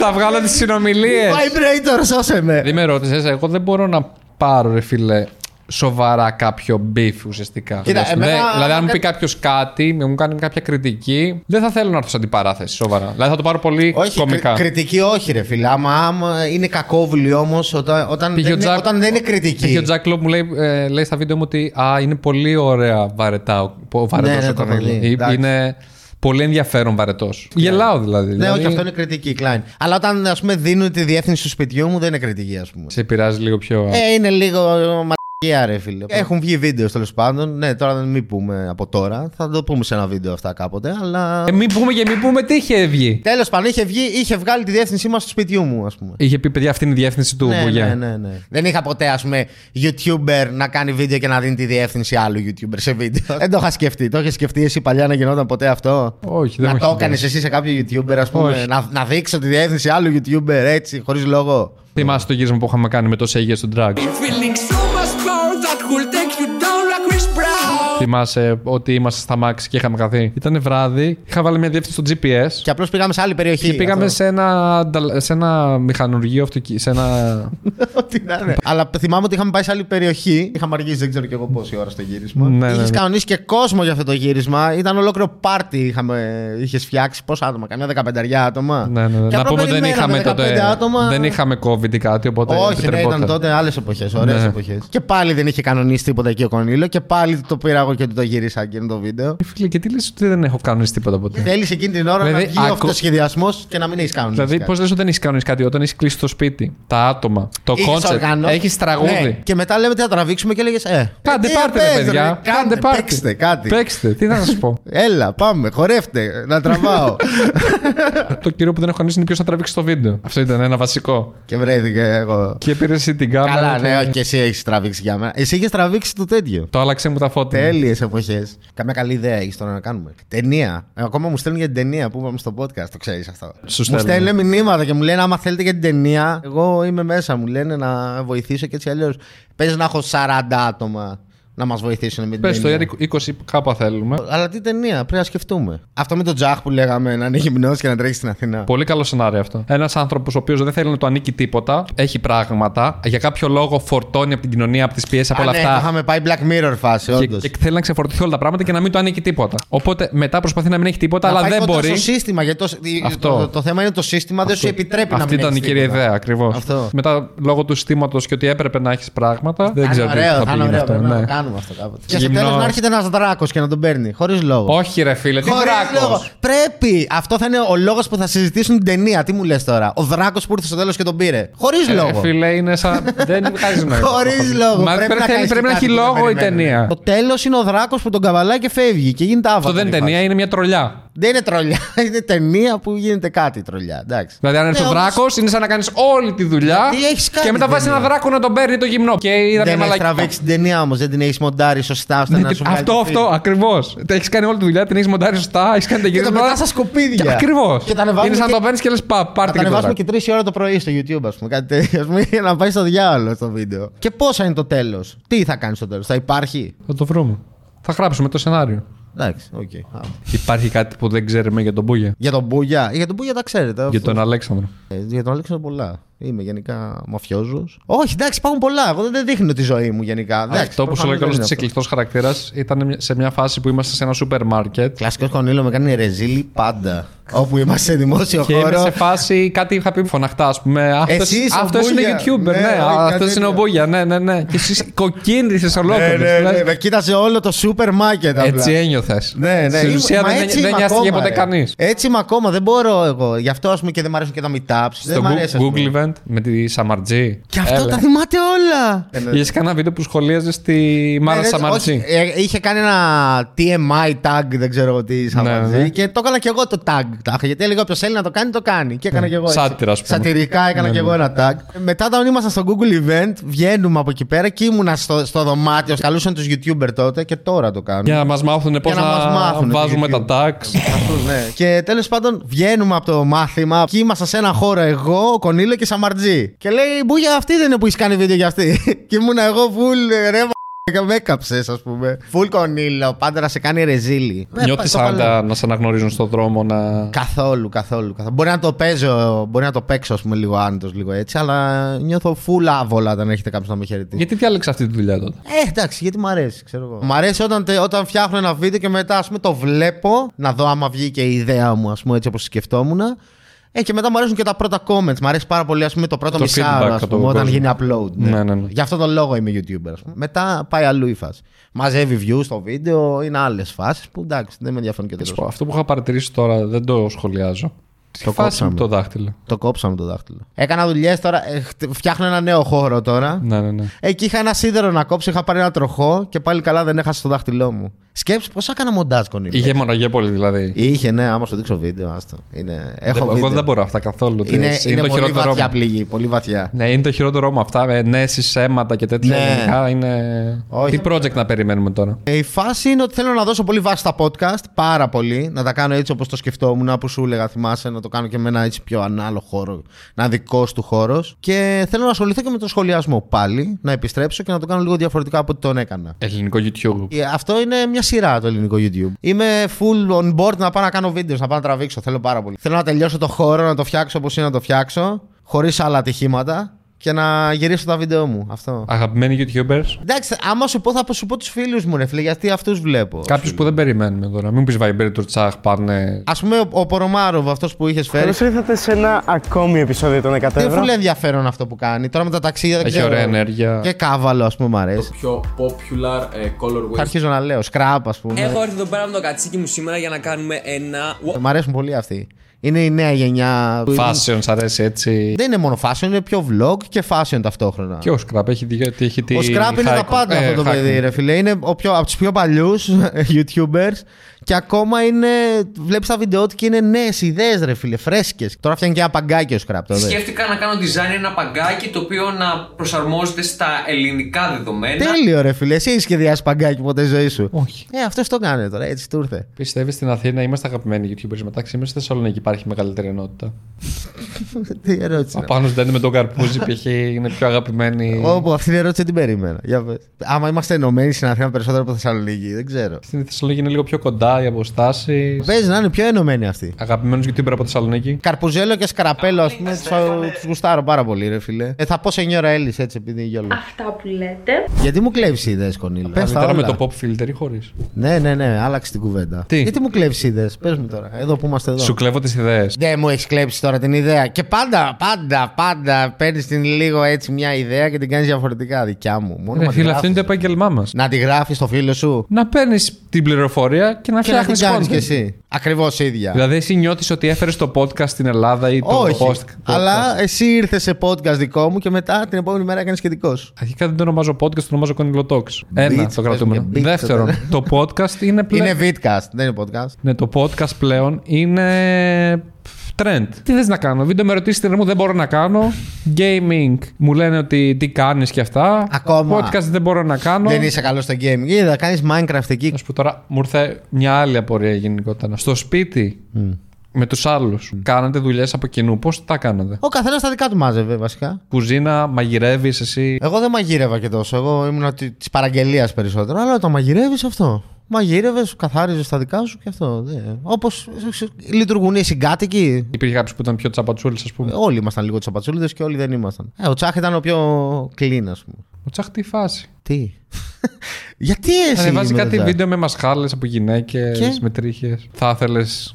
B: Θα βγάλω τις συνομιλίες.
A: Vibrator, σώσε με.
B: Δεν με ρώτησες, εγώ δεν μπορώ να πάρω ρε φίλε σοβαρά κάποιο μπιφ ουσιαστικά.
A: Κοίτα,
B: Δεν-
A: εμένα-
B: δηλαδή, αν μου πει κάποιος κάτι, μου κάνει κάποια κριτική, δεν θα θέλω να έρθω σε αντιπαράθεση σοβαρά. Δηλαδή, θα το πάρω πολύ
A: Όχι,
B: κομικά.
A: κρι- κριτική όχι, ρε φίλε. Άμα, άμα είναι κακόβουλη όμω, όταν, όταν,
B: Πήγε
A: δεν
B: ο
A: είναι-
B: Τζακ-
A: όταν δεν είναι
B: Και ο
A: κριτική.
B: Τζακ Λόπ μου λέει, ε, λέει στα βίντεο μου ότι α, είναι πολύ ωραία βαρετά ο ο βαρετός
A: Ναι,
B: ο
A: ναι, το έχω
B: Κορνέλη».
A: δει,
B: Ή-
A: εντάξει.
B: Είναι πολύ ενδιαφέρον βαρετός. Γελάω δηλαδή.
A: Ναι,
B: δηλαδή,
A: όχι, αυτό είναι κριτική, Κλάιν. Αλλά όταν ας πούμε, δίνουν τη διεύθυνση του σπιτιού μου, δεν είναι κριτική, ας πούμε.
B: Σε πειράζει λίγο πιο.
A: Ε, είναι λίγο μαλακία, ρε φίλε. Έχουν βγει βίντεος τέλος πάντων. Ναι, τώρα δεν μην πούμε από τώρα. Θα το πούμε σε ένα βίντεο αυτά κάποτε. Αλλά.
B: Ε, μην πούμε και μην πούμε τι είχε βγει.
A: Τέλος πάντων, είχε, βγει, είχε βγάλει τη διεύθυνσή μας του σπιτιού μου, ας πούμε.
B: Είχε πει παιδιά αυτή είναι η διεύθυνση του
A: Ναι,
B: Μπουγιά.
A: ναι, ναι, ναι. Δεν είχα ποτέ, ας πούμε, YouTuber να κάνει βίντεο και να δίνει τη διεύθυνση άλλου YouTuber σε βίντεο. δεν το είχα σκεφτεί. Το είχε σκεφτεί εσύ παλιά να γινόταν ποτέ αυτό.
B: Όχι, δεν
A: να
B: μου
A: το
B: έχει
A: έκανες εσύ σε κάποιο YouTuber, ας πούμε.
B: Όχι.
A: Να, να δείξω τη διεύθυνση άλλου YouTuber έτσι, χωρίς λόγο.
B: Θυμάσαι το γύρισμα που είχαμε κάνει με τόσα υγεία στον drag. Θυμάσαι ότι είμαστε στα μάξι και είχαμε χαθεί. Ήταν βράδυ, είχα βάλει μια διεύθυνση στο GPS
A: Και απλώς πήγαμε σε άλλη περιοχή.
B: και πήγαμε
A: Αυτό.
B: σε ένα, ανταλ- σε ένα μηχανουργείο αυτοκι... σε ένα...
A: Ό,τι να είναι. Αλλά θυμάμαι ότι είχαμε πάει σε άλλη περιοχή. Είχαμε αργήσει, δεν ξέρω και εγώ πόση ώρα στο γύρισμα.
B: Ναι, ναι,
A: Είχες
B: ναι.
A: κανονίσει και κόσμο για αυτό το γύρισμα. Ήταν ολόκληρο πάρτι. Είχαμε... Είχες φτιάξει πόσα άτομα, καμιά δεκαπενταριά άτομα.
B: ναι, ναι, ναι.
A: Και
B: Να
A: απλά
B: πούμε ότι δεν
A: περιμέναμε
B: είχαμε
A: 15
B: τότε.
A: Άτομα...
B: Δεν είχαμε COVID ή κάτι, οπότε.
A: Όχι, ναι,
B: επιτρεπόταν.
A: ήταν τότε άλλες εποχές. Ωραίες
B: Ναι.
A: εποχές. Και πάλι δεν είχε κανονίσει τίποτα εκεί ο Κονίλο. Και πάλι το πήρα εγώ και του το γύρισα εκείνο το βίντεο.
B: Ε, Φίλε, και τι λες ότι δεν έχω κανονίσει τίποτα ποτέ.
A: Θέλεις εκείνη την ώρα
B: Δηλαδή,
A: να βγει
B: ακού-
A: ο αυτοσχεδιασμός και να μην έχεις κανονίσει.
B: Δηλαδή,
A: κάτι.
B: πώς λες ότι δεν έχεις κανονίσει κάτι όταν έχεις κλείσει το σπίτι, τα άτομα, το
A: Είχες
B: κόνσεπτ,
A: οργανώσει-
B: έχεις τραγούδι.
A: Ναι. Και μετά λέμε τι θα τραβήξουμε και έλεγε Ε.
B: Κάντε
A: ε,
B: πάρτι,
A: πες,
B: ρε
A: ρε,
B: παιδιά. Κάντε πάρτι.
A: Παίξτε κάτι.
B: Παίξτε, τι θα σας πω.
A: Έλα, πάμε, χορεύτε, να τραβάω.
B: το κύριο που δεν έχω κανονίσει είναι ποιος θα τραβήξει το βίντεο. Αυτό ήταν ένα βασικό.
A: και βρέθηκε εγώ.
B: Και πήρες εσύ την κάμερα.
A: Καλά,
B: και-
A: ναι, όχι, και εσύ έχεις τραβήξει για μένα. Εσύ είχε τραβήξει το τέτοιο.
B: Το άλλαξε μου τα φώτα.
A: Τέλειες εποχές. Καμιά καλή ιδέα έχει τώρα να κάνουμε. Ταινία. Ε, Ακόμα μου στέλνουν για την ταινία που είπαμε στο podcast, το ξέρεις αυτό.
B: Σου
A: μου
B: στέλνουν.
A: στέλνουν μηνύματα και μου λένε: Άμα θέλετε για την ταινία, εγώ είμαι μέσα. Μου λένε να βοηθήσω και έτσι αλλιώς. Παίζει να έχω 40 άτομα. να μας βοηθήσουν με την
B: Πες το,
A: ταινία.
B: γιατί 20 κάπα θέλουμε.
A: Αλλά τι ταινία, πρέπει να σκεφτούμε. Αυτό με τον Τζαχ που λέγαμε να είναι γυμνός και να τρέχει στην Αθήνα.
B: Πολύ καλό σενάριο αυτό. Ένας άνθρωπος ο οποίος δεν θέλει να του ανήκει τίποτα, έχει πράγματα, για κάποιο λόγο φορτώνει από την κοινωνία, από τις πιέσεις, από
A: Α,
B: όλα
A: ναι,
B: αυτά.
A: το είχαμε πάει Black Mirror φάση,
B: Και,
A: όντως.
B: και θέλει να ξεφορτωθεί όλα τα πράγματα και να μην του ανήκει τίποτα. Οπότε μετά προσπαθεί να μην έχει τίποτα, αλλά δεν μπορεί.
A: Το σύστημα, γιατί το,
B: Αυτό.
A: το, το, το θέμα είναι το σύστημα δεν σου επιτρέπει να
B: Αυτή
A: μην
B: ήταν η
A: έχεις
B: κύρια
A: τίποτα.
B: ιδέα, ακριβώς.
A: Αυτό.
B: Μετά, λόγω του συστήματος και ότι έπρεπε να έχεις πράγματα.
A: Θα είναι
B: Δεν ξέρω τι θα
A: ωραίο, θα είναι
B: πήγαινε
A: ωραίο.
B: αυτό.
A: Πρέπει να
B: ναι.
A: το κάνουμε αυτό κάποτε. Και στο
B: Γυμνός.
A: τέλος να έρχεται ένας δράκος και να τον παίρνει. Χωρίς λόγο.
B: Όχι, ρε φίλε, τι
A: Χωρίς
B: δράκος.
A: λόγο. Πρέπει. Αυτό θα είναι ο λόγος που θα συζητήσουν την ταινία. Τι μου λες τώρα. Ο δράκος που ήρθε στο τέλος και τον πήρε. Χωρίς λόγο.
B: Ε, Φίλε, είναι σαν. δεν βγάζει νόημα.
A: Χωρίς λόγο.
B: Μα πρέπει, να,
A: κάνεις
B: πρέπει να
A: κάτι
B: έχει
A: που δεν
B: λόγο η
A: περιμένουμε.
B: ταινία.
A: Το τέλος είναι ο δράκος που τον καβαλάει και φεύγει και γίνεται άβατο.
B: Αυτό δεν είναι ταινία, είναι μια τρολιά.
A: Δεν είναι τρολιά. Είναι ταινία που γίνεται κάτι τρολιά. Εντάξει.
B: Δηλαδή, αν έρθει
A: Ναι,
B: ο
A: όμως
B: δράκο, είναι σαν να κάνεις όλη τη δουλειά.
A: Γιατί έχεις κάνει
B: Και μετά βάζεις
A: ταινία.
B: ένα δράκο να τον παίρνει το γυμνό. Και ήταν
A: Δεν
B: μια
A: έχει
B: μαλακή. Ναι,
A: τραβήξει την ταινία όμως. Δεν την έχεις μοντάρει σωστά ώστε να σου βγάλει
B: Αυτό,
A: το
B: αυτό,
A: feed.
B: ακριβώς. Τα έχεις κάνει όλη τη δουλειά, την έχεις μοντάρει σωστά, έχεις κάνει τα
A: Και το
B: γυρίσματα.
A: πετάς στα σκουπίδια.
B: Ακριβώς.
A: Και τα ανεβάζουμε
B: Είναι σαν να
A: και-
B: το παίρνεις και λες πα,
A: Θα
B: πάρ'
A: τα
B: την
A: ανεβάσουμε και τρεις ώρα το πρωί στο YouTube, ας πούμε. Κάτι τέτοιο. ας πούμε, για να πάει στο διάλογο στο βίντεο. Και πόσα είναι το τέλος. Τι θα κάνεις στο τέλος. Θα υπάρχει.
B: Θα το βρούμε. Θα γράψουμε το σενάριο.
A: Εντάξει, οκ. Α.
B: Υπάρχει κάτι που δεν ξέρουμε για τον Μπούγια.
A: Για τον Μπούγια. Για τον Μπούγια τα ξέρετε. αυτό.
B: Για τον Αλέξανδρο.
A: Ε, για τον Αλέξανδρο πολλά. Είμαι γενικά μαφιόζος. Όχι, εντάξει, υπάρχουν πολλά. Εγώ δεν δείχνω τη ζωή μου γενικά. Εντάξει,
B: Αυτό που σου λέω
A: προφανώς
B: κιόλα
A: δεν
B: τη
A: είναι αυτό.
B: εκλεκτό χαρακτήρας ήταν μια- σε μια φάση που είμαστε σε ένα σούπερ μάρκετ.
A: Κλασικός Κονίλο με κάνει ρεζίλη πάντα. Όπου είμαστε σε δημόσιο
B: Και είμαι
A: χώρο.
B: σε φάση κάτι είχα πει φωναχτά, ας πούμε. αυτός-
A: Εσύ είσαι ο
B: αυτός είναι
A: Μπούγια.
B: YouTuber,
A: Ναι,
B: ναι.
A: όχι, κάτι
B: Αυτό είναι
A: τέτοιο.
B: ο Μπούγια, ναι, ναι, ναι. Και εσύ κοκκίνησε
A: Ναι,
B: ολόκληρης.
A: ναι, ναι, ναι. Κοίταζε όλο το σούπερ μάρκετ. απλά.
B: δηλαδή. Έτσι ένιωθες.
A: Ναι, ναι.
B: Στην
A: Είμαι-
B: ουσία
A: μα
B: δεν,
A: έτσι
B: δεν
A: είμαι
B: νοιάστηκε
A: ακόμα,
B: ποτέ
A: ρε.
B: κανείς.
A: Έτσι είμαι ακόμα, δεν μπορώ εγώ. Γι' αυτό ας πούμε και δεν μου αρέσουν και τα meetups.
B: Στο
A: δεν μ' αρέσει, ας πούμε.
B: Google Event με τη Σαμαρτζή.
A: Και αυτό τα θυμάται όλα.
B: Είχε κανένα βίντεο που σχολίαζες στη
A: Ναι,
B: Μάρα
A: δεν-
B: Σαμαρτζή.
A: όχι, ε, είχε κάνει ένα TMI tag, δεν ξέρω εγώ τι, Σαμαρτζή.
B: ναι.
A: Και το έκανα και εγώ το tag. Τα είχα, Γιατί έλεγα όποιος θέλει να το κάνει, το κάνει. Και έκανα και εγώ. έτσι.
B: Ναι. Σάτυρα, ας πούμε. Ναι,
A: Σατυρικά έκανα και εγώ ένα tag. Μετά, όταν ήμασταν στο Google Event, βγαίνουμε από εκεί πέρα και ήμουνα στο, στο δωμάτιο. Καλούσαν τους YouTuber τότε και τώρα το κάνουν.
B: Για να μας μάθουν πώς
A: να μας
B: να
A: μάθουνε,
B: βάζουμε τα
A: YouTube.
B: tags.
A: Αυτούς, ναι. Και τέλος πάντων βγαίνουμε από το μάθημα και ήμασταν σε ένα χώρο εγώ, ο Κονίλο και η Σαμαρτζή. Και λέει, Μπούγια, αυτή δεν είναι που έχεις κάνει βίντεο για αυτή. και ήμουν εγώ full ε, ρε μα- με έκαψες, ας πούμε. Φουλ Κονίλο, πάντα να σε κάνει ρεζίλι. Ε,
B: Νιώθεις
A: το παλεύω.
B: σαν να σε αναγνωρίζουν στον δρόμο να.
A: Καθόλου, καθόλου, καθόλου. Μπορεί να το παίζω, μπορεί να το παίξω, ας πούμε, λίγο άνετος, λίγο έτσι, αλλά νιώθω full άβολα όταν έχετε κάποιο να με χαιρετήσει.
B: Γιατί διάλεξε αυτή τη δουλειά τότε.
A: Ε, εντάξει, γιατί μου αρέσει, ξέρω εγώ. Μ' αρέσει όταν, τε- όταν φτιάχνω ένα βίντεο και μετά, ας πούμε, το βλέπω, να δω άμα βγει και η ιδέα μου, ας πούμε, έτσι όπως σκεφτόμουν. Ε, και μετά μου αρέσουν και τα πρώτα comments. Μ' αρέσει πάρα πολύ, ας πούμε, το πρώτο
B: Το feedback
A: μισάωρο, ας
B: από
A: πούμε,
B: τον
A: όταν
B: κόσμο.
A: γίνει upload.
B: Ναι, ναι, ναι.
A: Γι' αυτόν τον λόγο είμαι YouTuber, ας πούμε. Μετά πάει αλλού η φάση. Μαζεύει views στο βίντεο, είναι άλλες φάσεις που εντάξει, δεν με ενδιαφέρουν και
B: Θα σου
A: τόσο.
B: πω, Αυτό που είχα παρατηρήσει τώρα δεν το σχολιάζω. Τη φάση
A: κόψαμε.
B: με το δάχτυλο.
A: Το κόψαμε το δάχτυλο. Έκανα δουλειές τώρα. ε, χτ- Φτιάχνω ένα νέο χώρο τώρα.
B: Ναι, ναι, ναι.
A: Εκεί είχα ένα σίδερο να κόψω, είχα πάρει ένα τροχό και πάλι καλά δεν έχασα το δάχτυλό μου. Σκέψη πώς έκανα μοντάζ κονίλα.
B: Είχε μοναγία πολύ δηλαδή.
A: Είχε, ναι, άμα σου δείξω βίντεο, άστο. Είναι... Έχω
B: Εγώ
A: βίντεο.
B: δεν μπορώ αυτά καθόλου.
A: Είναι, είναι,
B: το
A: πολύ
B: χειρότερό
A: βαθιά
B: μου.
A: πληγή, πολύ βαθιά.
B: Ναι, είναι το χειρότερό μου αυτά. Ε, νέσεις, αίματα και τέτοια.
A: Ναι.
B: γενικά είναι.
A: Όχι.
B: Τι project να περιμένουμε τώρα.
A: Ε, Η φάση είναι ότι θέλω να δώσω πολύ βάση στα podcast, πάρα πολύ. Να τα κάνω έτσι όπως το σκεφτόμουν, που σου έλεγα, θυμάσαι, να το κάνω και με ένα έτσι πιο ανάλο χώρο. Να δικός του χώρος. Και θέλω να ασχοληθώ και με τον σχολιασμό πάλι, να επιστρέψω και να το κάνω λίγο διαφορετικά από ό,τι τον έκανα.
B: Ελληνικό YouTube.
A: Ε, Αυτό είναι μια σειρά το ελληνικό YouTube. Είμαι full on board να πάω να κάνω βίντεος, να πάω να τραβήξω. Θέλω πάρα πολύ. Θέλω να τελειώσω το χώρο, να το φτιάξω όπως είναι να το φτιάξω, χωρίς άλλα ατυχήματα και να γυρίσω τα βίντεο μου. Αυτό.
B: Αγαπημένοι YouTubers.
A: Εντάξει, άμα σου πω, θα σου πω τους φίλους μου, ρε φίλε, γιατί αυτούς βλέπω.
B: Κάποιους που δεν περιμένουμε τώρα. Μην πεις Viber του Τσάχ, πάνε.
A: Ας πούμε, ο, ο Πορομάροβ, αυτός που είχες φέρει.
C: Καλώς ήρθατε σε ένα ακόμη επεισόδιο των 100
A: Δεν
C: ευρώ.
A: φουλε ενδιαφέρον αυτό που κάνει. Τώρα με τα ταξίδια δεν
B: Έχει
A: ξέρω.
B: ωραία ενέργεια.
A: Ναι, Και κάβαλο, ας πούμε, μου αρέσει.
G: Πιο popular ε, colorway.
A: Θα αρχίζω να λέω. Σκράπ, ας πούμε.
K: Έχω έρθει εδώ πέρα με το κατσίκι μου σήμερα για να κάνουμε ένα.
A: Μ' αρέσουν πολύ αυτοί. Είναι η νέα γενιά. που-
B: Fashion, σ' αρέσει έτσι.
A: Δεν είναι μόνο fashion, είναι πιο vlog και fashion ταυτόχρονα.
B: Και ο Scrap έχει, τη- έχει τη.
A: Ο Scrap είναι τα
B: Hack-
A: πάντα
B: ε,
A: αυτό το
B: Hack-
A: παιδί, ρε φίλε. Είναι ο πιο, από τους πιο παλιούς YouTubers Και ακόμα είναι. Βλέπεις τα βιντεό του και είναι νέες ιδέες, ρε φίλε, φρέσκες. Τώρα φτιάχνει και ένα παγκάκι ω κραπ. το δες.
E: Σκέφτηκα να κάνω design ένα παγκάκι το οποίο να προσαρμόζεται στα ελληνικά δεδομένα.
A: Τέλειο, ρε φίλε. Εσύ έχεις σχεδιάσει παγκάκι ποτέ ζωή σου.
B: Όχι.
A: Ε, αυτός το κάνει τώρα, έτσι του ήρθε.
B: Πιστεύεις στην Αθήνα είμαστε αγαπημένοι YouTubers μεταξύ μα στη Θεσσαλονίκη υπάρχει μεγαλύτερη ενότητα.
A: Τι ερώτηση. είναι.
B: Απάνω δεν με τον καρπούζι π.χ. είναι πιο αγαπημένοι.
A: Όπου αυτή την ερώτηση δεν την περίμενα. Για πες. Άμα είμαστε ενωμένοι στην Αθήνα περισσότερο από Θεσσαλονίκη, δεν ξέρω.
B: Στην Θεσσαλονίκη είναι λίγο πιο κοντά οι αποστάσεις.
A: Παίζει να είναι πιο ενωμένοι αυτοί.
B: Αγαπημένος YouTuber από Θεσσαλονίκη.
A: Καρπουζέλο και σκαραπέλο, ας πούμε, του γουστάρω πάρα πολύ, ρε φιλέ. Ε, θα πω σε 9 ώρα Έλλης, έτσι, επειδή γιόλο.
L: Αυτά που λέτε.
A: Γιατί μου κλέβεις ιδέες, Κονίλα. Ε, Πες τα
B: Καλύτερα με
A: όλα.
B: το pop filter ή χωρίς.
A: Ναι, ναι, ναι, άλλαξε την κουβέντα.
B: Τι?
A: Γιατί μου κλέβεις ιδέες, πες μου τώρα, εδώ που είμαστε εδώ.
B: Σου κλέβω τις ιδέες.
A: Δεν μου έχεις κλέψει τώρα την ιδέα. Και πάντα, πάντα, πάντα παίρνεις την λίγο έτσι μια ιδέα και την κάνεις διαφορετικά δικιά μου. Μόνο να τη
B: Ε, Φίλε,
A: Ναι,
B: αυτό
A: γράφεις.
B: είναι το επάγγελμά μας.
A: Να τη γράφεις στο φίλο σου
B: Να παίρνεις την πληροφορία και να
A: και να την
B: φτιάχνει
A: κάνει
B: content.
A: κι εσύ. Ακριβώς ίδια.
B: Δηλαδή, εσύ νιώθεις ότι έφερες το podcast στην Ελλάδα ή το
A: Όχι.
B: post.
A: Αλλά εσύ ήρθες σε podcast δικό μου και μετά την επόμενη μέρα έκανες και δικός σου.
B: Αρχικά δεν το ονομάζω podcast, το ονομάζω Conilo Talks. Ένα,
A: Beats,
B: το κρατούμενο.
A: πες μια beats
B: Δεύτερον, το podcast είναι πλέον.
A: Είναι vidcast, δεν είναι podcast.
B: Ναι, το podcast πλέον είναι trend. Τι θες να κάνω, βίντεο με ρωτήσει την μου, δεν μπορώ να κάνω. Gaming, μου λένε ότι τι κάνεις και αυτά.
A: Ακόμα.
B: Podcast δεν μπορώ να κάνω.
A: Δεν είσαι καλός στο gaming. Είδα, κάνεις Minecraft εκεί.
B: Να σου πω τώρα, μου ήρθε μια άλλη απορία γενικότερα. Στο σπίτι, με τους άλλους, κάνατε δουλειές από κοινού, πώς τα κάνατε.
A: Ο καθένας τα δικά του μάζευε βασικά.
B: Κουζίνα, μαγειρεύεις εσύ.
A: Εγώ δεν μαγείρευα και τόσο. Εγώ ήμουν της παραγγελίας περισσότερο. Αλλά όταν μαγειρεύεις αυτό. Μαγείρευες, καθάριζες τα δικά σου και αυτό. Όπω λειτουργούν οι συγκάτοικοι.
B: Υπήρχε κάποιος που ήταν πιο τσαπατσούλης ας πούμε.
A: Όλοι ήμασταν λίγο τσαπατσούλιδες και όλοι δεν ήμασταν. Ε, ο Τσάχ ήταν ο πιο clean, ας πούμε.
B: Ο Τσάχ τι φάση.
A: Τι. Γιατί εσύ.
B: Ανεβάζει
A: με τον
B: κάτι
A: Τσάχ?
B: βίντεο με μασχάλες από γυναίκες,
A: Και?
B: με τρίχες. Θα ήθελες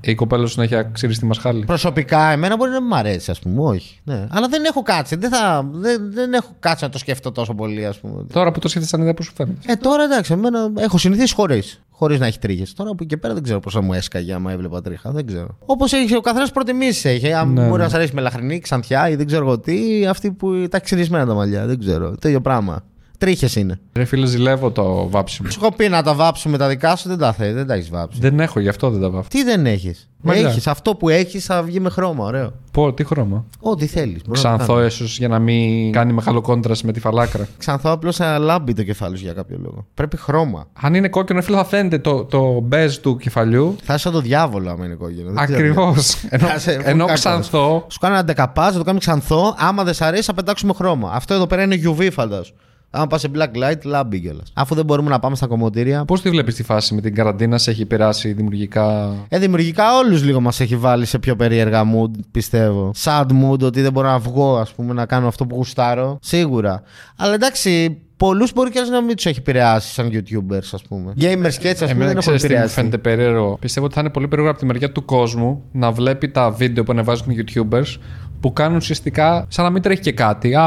B: η κοπέλα σου να έχει αξίρισει τη μασχάλη.
A: Προσωπικά, εμένα μπορεί να μην μ' αρέσει, ας πούμε. Όχι. Ναι. Αλλά δεν έχω κάτσει. Δεν, θα, δεν, δεν έχω κάτσει να το σκεφτώ τόσο πολύ, ας πούμε.
B: Τώρα που το σκέφτεσαι σαν ιδέα που σου φαίνεται.
A: Ε, τώρα εντάξει, εμένα έχω συνηθίσει χωρίς. Χωρίς να έχει τρίχε. Τώρα από εκεί και πέρα δεν ξέρω πώς θα μου έσκαγε άμα έβλεπα τρίχα. Δεν ξέρω. Όπως έχει ο καθένας προτιμήσεις έχει. Αν
B: Ναι,
A: μπορεί
B: ναι.
A: να σας αρέσει με λαχρινή, ξανθιά ή δεν ξέρω εγώ τι, ή αυτή που τα έχει ξυρισμένα τα μαλλιά. Δεν ξέρω. Το ίδιο πράγμα. Τρίχες είναι.
B: Ρε φίλε, ζηλεύω το βάψιμο.
A: Σου έχω πει να τα βάψουμε τα δικά σου, δεν τα θε, δεν τα έχεις βάψει.
B: Δεν έχω, γι' αυτό δεν τα βάφω.
A: Τι δεν έχεις.
B: Μαλλιά.
A: Έχεις. Αυτό που έχεις θα βγει με χρώμα, ωραίο.
B: Πω, τι χρώμα.
A: Ό,τι θέλεις.
B: Ξανθώ, ίσως για να μην κάνει μεγάλο κόντρα με τη φαλάκρα.
A: Ξανθώ απλώς να λάμπει το κεφάλι σου για κάποιο λόγο. Πρέπει χρώμα.
B: Αν είναι κόκκινο, φίλε, θα φαίνεται το, το μπέζ του κεφαλιού.
A: Θα είσαι σαν το διάβολο άμα είναι κόκκινο. δεν ξέρω γιατί.
B: Ακριβώ. ενώ
A: Θα σε-
B: ενώ
A: κακός.
B: ξανθώ.
A: Σου κάνω ένα ντεκαπάζ, θα το κάνουμε ξανθό. Άμα δεν σ' αρέσει, θα πετάξουμε χρώμα. Αυτό εδώ πέρα είναι UV, φαντάζω. Άμα πας σε black light, λάμπει κιόλας. Αφού δεν μπορούμε να πάμε στα κομμωτήρια.
B: Πώς τη βλέπεις τη φάση με την καραντίνα, σε έχει επηρεάσει δημιουργικά.
A: Ε, δημιουργικά όλους λίγο μας έχει βάλει σε πιο περίεργα mood, πιστεύω. Sad mood, ότι δεν μπορώ να βγω, ας πούμε, να κάνω αυτό που γουστάρω. Σίγουρα. Αλλά εντάξει, πολλούς μπορεί και να μην τους έχει επηρεάσει σαν YouTubers, ας πούμε. Gamers και έτσι, ας πούμε,
B: Εμένα
A: δεν έχουν
B: ξέρεις τι μου
A: επηρεάσει.
B: φαίνεται περίεργο. Πιστεύω ότι θα είναι πολύ περίεργο από τη μεριά του κόσμου να βλέπει τα βίντεο που ανεβάζουν οι YouTubers που κάνουν ουσιαστικά σαν να μην τρέχει και κάτι. Α,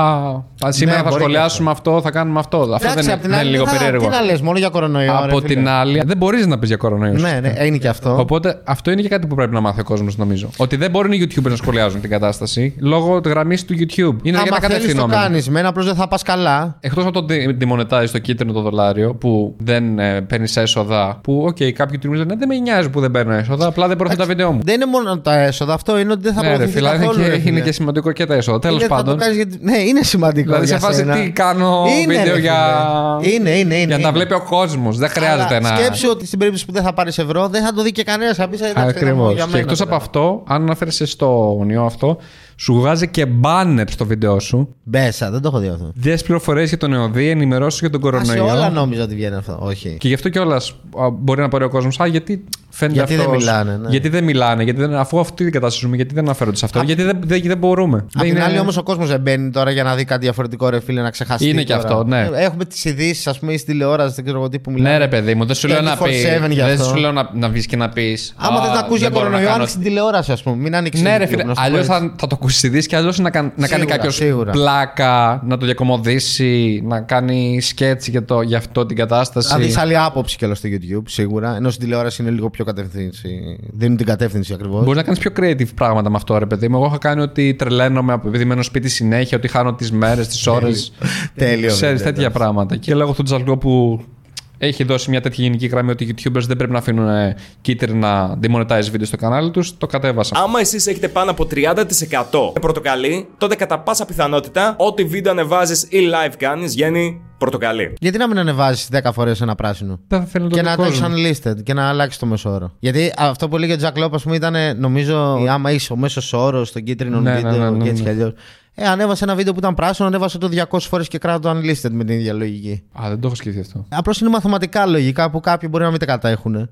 B: α, σήμερα
A: Ναι,
B: θα
A: μπορεί
B: σχολιάσουμε αυτό, θα κάνουμε αυτό. Αυτό δεν
A: Εντάξει,
B: είναι,
A: απ' την
B: δεν
A: άλλη,
B: είναι λίγο
A: δεν θα-
B: περίεργο.
A: Τι να λες, μόνο για κορονοϊό.
B: από
A: ρε φίλε.
B: την άλλη, δεν μπορείς να πεις για κορονοϊός.
A: Ναι, ναι, είναι και αυτό.
B: Οπότε αυτό είναι και κάτι που πρέπει να μάθει ο κόσμος, νομίζω. Ότι δεν μπορούν οι YouTubers να σχολιάζουν την κατάσταση λόγω γραμμής του YouTube. Είναι
A: Άμα
B: για τα
A: θέλεις το
B: κατευθυνόμενα.
A: κάνει, με ένα απλώς δεν θα πας καλά.
B: Εκτός από το de- demonetize το κίτρινο το δολάριο που δεν ε, παίρνεις έσοδα. Που, οκ, κάποιοι του λένε δεν με νοιάζει που δεν παίρνω έσοδα, απλά δεν προωθούν τα βίντεο μου.
A: Δεν είναι μόνο τα έσοδα, αυτό είναι ότι δεν θα
B: Ναι, ρε
A: προωθηθείς
B: φίλα, είναι
A: καθόλου, ρε
B: και,
A: φίλε.
B: είναι και σημαντικό και τα έσοδα. Τέλος
A: Δεν θα το
B: πάντων.
A: κάνεις γιατί- Ναι, είναι σημαντικό.
B: Δηλαδή, σε
A: για
B: φάση
A: σένα.
B: τι κάνω
A: Είναι,
B: βίντεο
A: ρε,
B: για.
A: φίλε. Είναι, είναι, είναι.
B: Για να τα
A: είναι.
B: βλέπει ο κόσμος. Δεν χρειάζεται
A: Αλλά
B: να.
A: Σκέψου ότι στην περίπτωση που δεν θα πάρεις ευρώ, δεν θα το δει και κανένας. Θα πει
B: Ακριβώ. Και εκτό από αυτό, αν αναφέρεσαι στο ονειό αυτό, σου βγάζει και μπάνερ στο βίντεο σου.
A: Μπέσα, δεν το έχω δει αυτό.
B: Δες πληροφορίες για τον νεοδή, ενημερώσει για τον
A: Ας, σε
B: κορονοϊό.
A: όλα νόμιζα ότι βγαίνει αυτό. Όχι.
B: Και γι' αυτό κιόλας μπορεί να πάρει ο κόσμος. Α, γιατί φαίνεται
A: Γιατί δεν
B: αυτός,
A: μιλάνε, ναι.
B: Γιατί δεν μιλάνε, γιατί δεν, αφού αυτή την κατάσταση ζούμε, γιατί δεν αναφέρονται σε αυτό. γιατί δεν, δεν, δεν μπορούμε.
A: Απ'
B: δεν
A: την άλλη, όμως, ο κόσμος δεν μπαίνει τώρα για να δει κάτι διαφορετικό, ρε φίλε, να ξεχαστεί.
B: Είναι και
A: τώρα. Ε,
B: αυτό, ναι.
A: Έχουμε τις ειδήσεις, ας πούμε, ή στη τηλεόραση, δεν ξέρω εγώ τι που μιλάνε.
B: Ναι, ρε παιδί μου, δεν σου λέω να πεις.
A: 24/7 γι'
B: Δεν
A: αυτό.
B: σου λέω να, να βγεις και να πεις.
A: Άμα δεν τα ακούσει για κορονοϊό, άνοιξε την τηλεόραση, ας πούμε. Μην άνοιξε.
B: Ναι, ρε
A: YouTube,
B: φίλε.
A: να σου πω
B: Αλλιώ
A: έτσι.
B: θα, θα το ακούσεις δει και αλλιώ να, κάν- να κάνει
A: Σίγουρα,
B: κάποιος
A: σίγουρα.
B: πλάκα, να το διακομωδήσει, να κάνει σκέτσι για, το, για αυτό την κατάσταση.
A: Θα δεις άλλη άποψη κιόλα στο YouTube, σίγουρα. Ενώ στην τηλεόραση είναι λίγο πιο κατεύθυνση. Δίνουν την κατεύθυνση ακριβώς.
B: Μπορεί να κάνεις πιο creative πράγματα με αυτό, ρε παιδί μου. Εγώ είχα κάνει ότι τρελαίνομαι από- επειδή μένω σπίτι συνέχεια,
A: Ναι.
B: ότι χάνω τις μέρες, τις ώρες.
A: Τέλειο.
B: Ξέρεις τέτοια πράγματα. Και λόγω του Τζαλκό που έχει δώσει μια τέτοια γενική γραμμή ότι οι YouTubers δεν πρέπει να αφήνουν ε, κίτρινα demonetize βίντεο στο κανάλι τους. Το κατέβασα.
I: Άμα εσείς έχετε πάνω από 30% πρωτοκαλί, τότε κατά πάσα πιθανότητα ό,τι βίντεο ανεβάζεις ή live κάνεις βγαίνει πρωτοκαλί.
A: Γιατί να μην ανεβάζεις 10 φορές ένα πράσινο.
B: Δεν θα φαίνεται
A: Και να το
B: τον
A: έχει
B: κόσμο.
A: unlisted και να αλλάξει το μέσο όρο. Γιατί αυτό που λέγε ο Τζακ Λόπ, ας πούμε, ήταν νομίζω άμα είσαι ο μέσος όρο των κίτρινων
B: Ναι, ναι,
A: βίντεο
B: ναι, ναι,
A: και έτσι
B: ναι.
A: κι αλλιώς. Ε, ανέβασε ένα βίντεο που ήταν πράσινο, ανέβασε το 200 φορές και κράτα το unlisted με την ίδια λογική.
B: Α, δεν το έχω σκεφτεί αυτό.
A: Απλώς είναι μαθηματικά λογικά που κάποιοι μπορεί να μην τα κατέχουν. είναι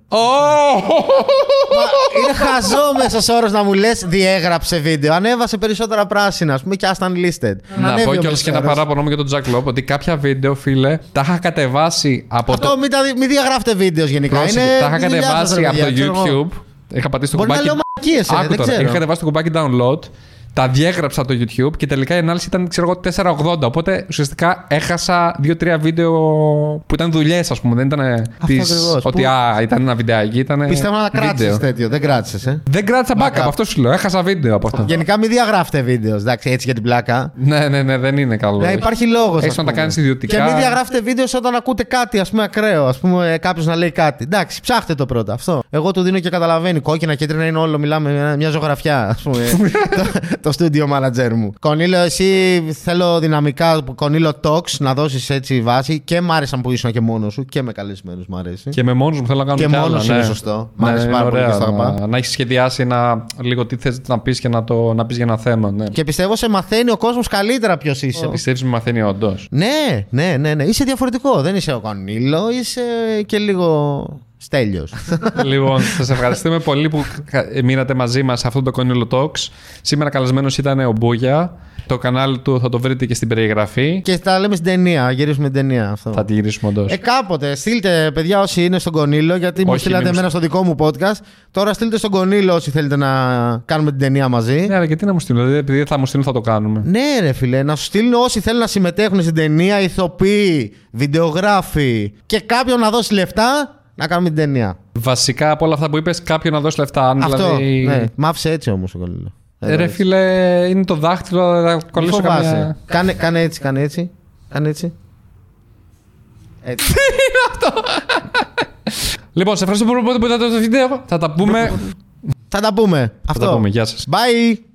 A: χαζό μέσος όρος να μου λες διέγραψε βίντεο. Ανέβασε περισσότερα πράσινα, ας πούμε, και άσταν unlisted.
B: Να
A: Ανέβει ο
B: πω κιόλας και
A: μέσος
B: ένα
A: όρος.
B: παράπονο μου για τον Jack Lop ότι κάποια βίντεο, φίλε, τα είχα κατεβάσει από
A: Αυτό
B: το.
A: μην, τα, δι- μην διαγράφετε βίντεος γενικά.
B: Πρόσεχε,
A: είναι
B: τα είχα
A: δουλειά σας,
B: κατεβάσει
A: ρε
B: από το
A: παιδιά, ξέρω εγώ.
B: YouTube. Είχα πατήσει το
A: Μπορεί να
B: κουμπάκι.
A: λέω μαλακίες, ε,
B: Άκου
A: δεν
B: τώρα.
A: ξέρω.
B: Είχα κατεβάσει το κουμπάκι download, τα διέγραψα από το YouTube και τελικά η ανάλυση ήταν, ξέρω εγώ, 4,80. Οπότε ουσιαστικά έχασα 2-3 βίντεο που ήταν δουλειές, ας πούμε. Δεν ήταν
A: ακριβώς.
B: ότι
A: Που-
B: α, ήταν ένα βιντεάκι. Ήταν
A: Πιστεύω να κράτησες τέτοιο. Δεν κράτησες. Ε.
B: Δεν κράτησα backup, αυτό σου λέω. Έχασα βίντεο από αυτό.
A: Γενικά μην διαγράφετε βίντεος, εντάξει, έτσι για την πλάκα.
B: Ναι, ναι, ναι, δεν είναι καλό.
A: Να υπάρχει λόγος.
B: Έχεις να τα κάνεις ιδιωτικά.
A: Και μην διαγράφετε βίντεος όταν ακούτε κάτι, ας πούμε, ακραίο. Ας πούμε, κάποιος να λέει κάτι. Εντάξει, ψάχτε το πρώτα αυτό. Εγώ του δίνω και καταλαβαίνει. Κόκκινα, κίτρινα είναι όλο. Μιλάμε ε, μια ζωγραφιά, ας πούμε. το- το studio manager μου. Κονίλο, εσύ θέλω δυναμικά, Κονίλο Talks, να δώσεις έτσι βάση. Και μ' άρεσαν που ήσουν και μόνος σου και με καλεσμένους μ' αρέσει.
B: Και με μόνο μου θέλω να κάνω
A: Και
B: κι άλλα,
A: μόνος είναι σωστό. Μ' άρεσε
B: είναι
A: πάρα πολύ
B: ωραίο
A: και στο αγαπά.
B: να, να έχεις σχεδιάσει ένα, λίγο τι θες να πεις και να, το, να πεις για ένα θέμα. Ναι.
A: Και πιστεύω σε μαθαίνει ο κόσμος καλύτερα ποιος είσαι.
B: Σε πιστεύεις με μαθαίνει όντως.
A: Ναι, ναι, ναι, ναι. Είσαι διαφορετικό. Δεν είσαι ο Κονίλο, είσαι και λίγο στέλιος.
B: λοιπόν, σας ευχαριστούμε πολύ που χα- μείνατε μαζί μας σε αυτό το Κονίλο Talks. Σήμερα καλεσμένος ήταν ο Μπούγια. Το κανάλι του θα το βρείτε και στην περιγραφή.
A: και τα λέμε στην ταινία. Γυρίζουμε την ταινία αυτό.
B: Θα τη γυρίσουμε όντως.
A: Ε, κάποτε στείλτε, παιδιά, όσοι είναι στον Κονίλο, γιατί μου
B: Όχι,
A: στείλατε
B: μην
A: εμένα στο δικό μου podcast. Τώρα στείλτε στον Κονίλο όσοι θέλετε να κάνουμε την ταινία μαζί.
B: Ναι, αλλά και τι να μου στείλουν. Δηλαδή, επειδή θα μου στείλουν, θα το κάνουμε.
A: Ναι, ρε φίλε, να σου στείλουν όσοι θέλουν να συμμετέχουν στην ταινία, ηθοποιοί, βιντεογράφοι και κάποιον να δώσει λεφτά να κάνουμε την ταινία.
B: Βασικά από όλα αυτά που είπες, κάποιον να δώσει λεφτά. Αν
A: Αυτό.
B: δηλαδή.
A: Ναι. Μ' άφησε έτσι όμως ο Κονίλο.
B: Ε, Ρε φίλε, είναι το δάχτυλο, θα
A: Μη
B: κολλήσω
A: φοβάσαι.
B: καμιά...
A: Κάνε, κάνε έτσι, κάνε έτσι. Κάνε έτσι. έτσι.
B: Λοιπόν, σε ευχαριστώ πολύ που είδατε το βίντεο. Θα τα πούμε.
A: Θα τα πούμε.
B: Θα τα
A: Αυτό.
B: πούμε. Γεια σας.
A: Bye.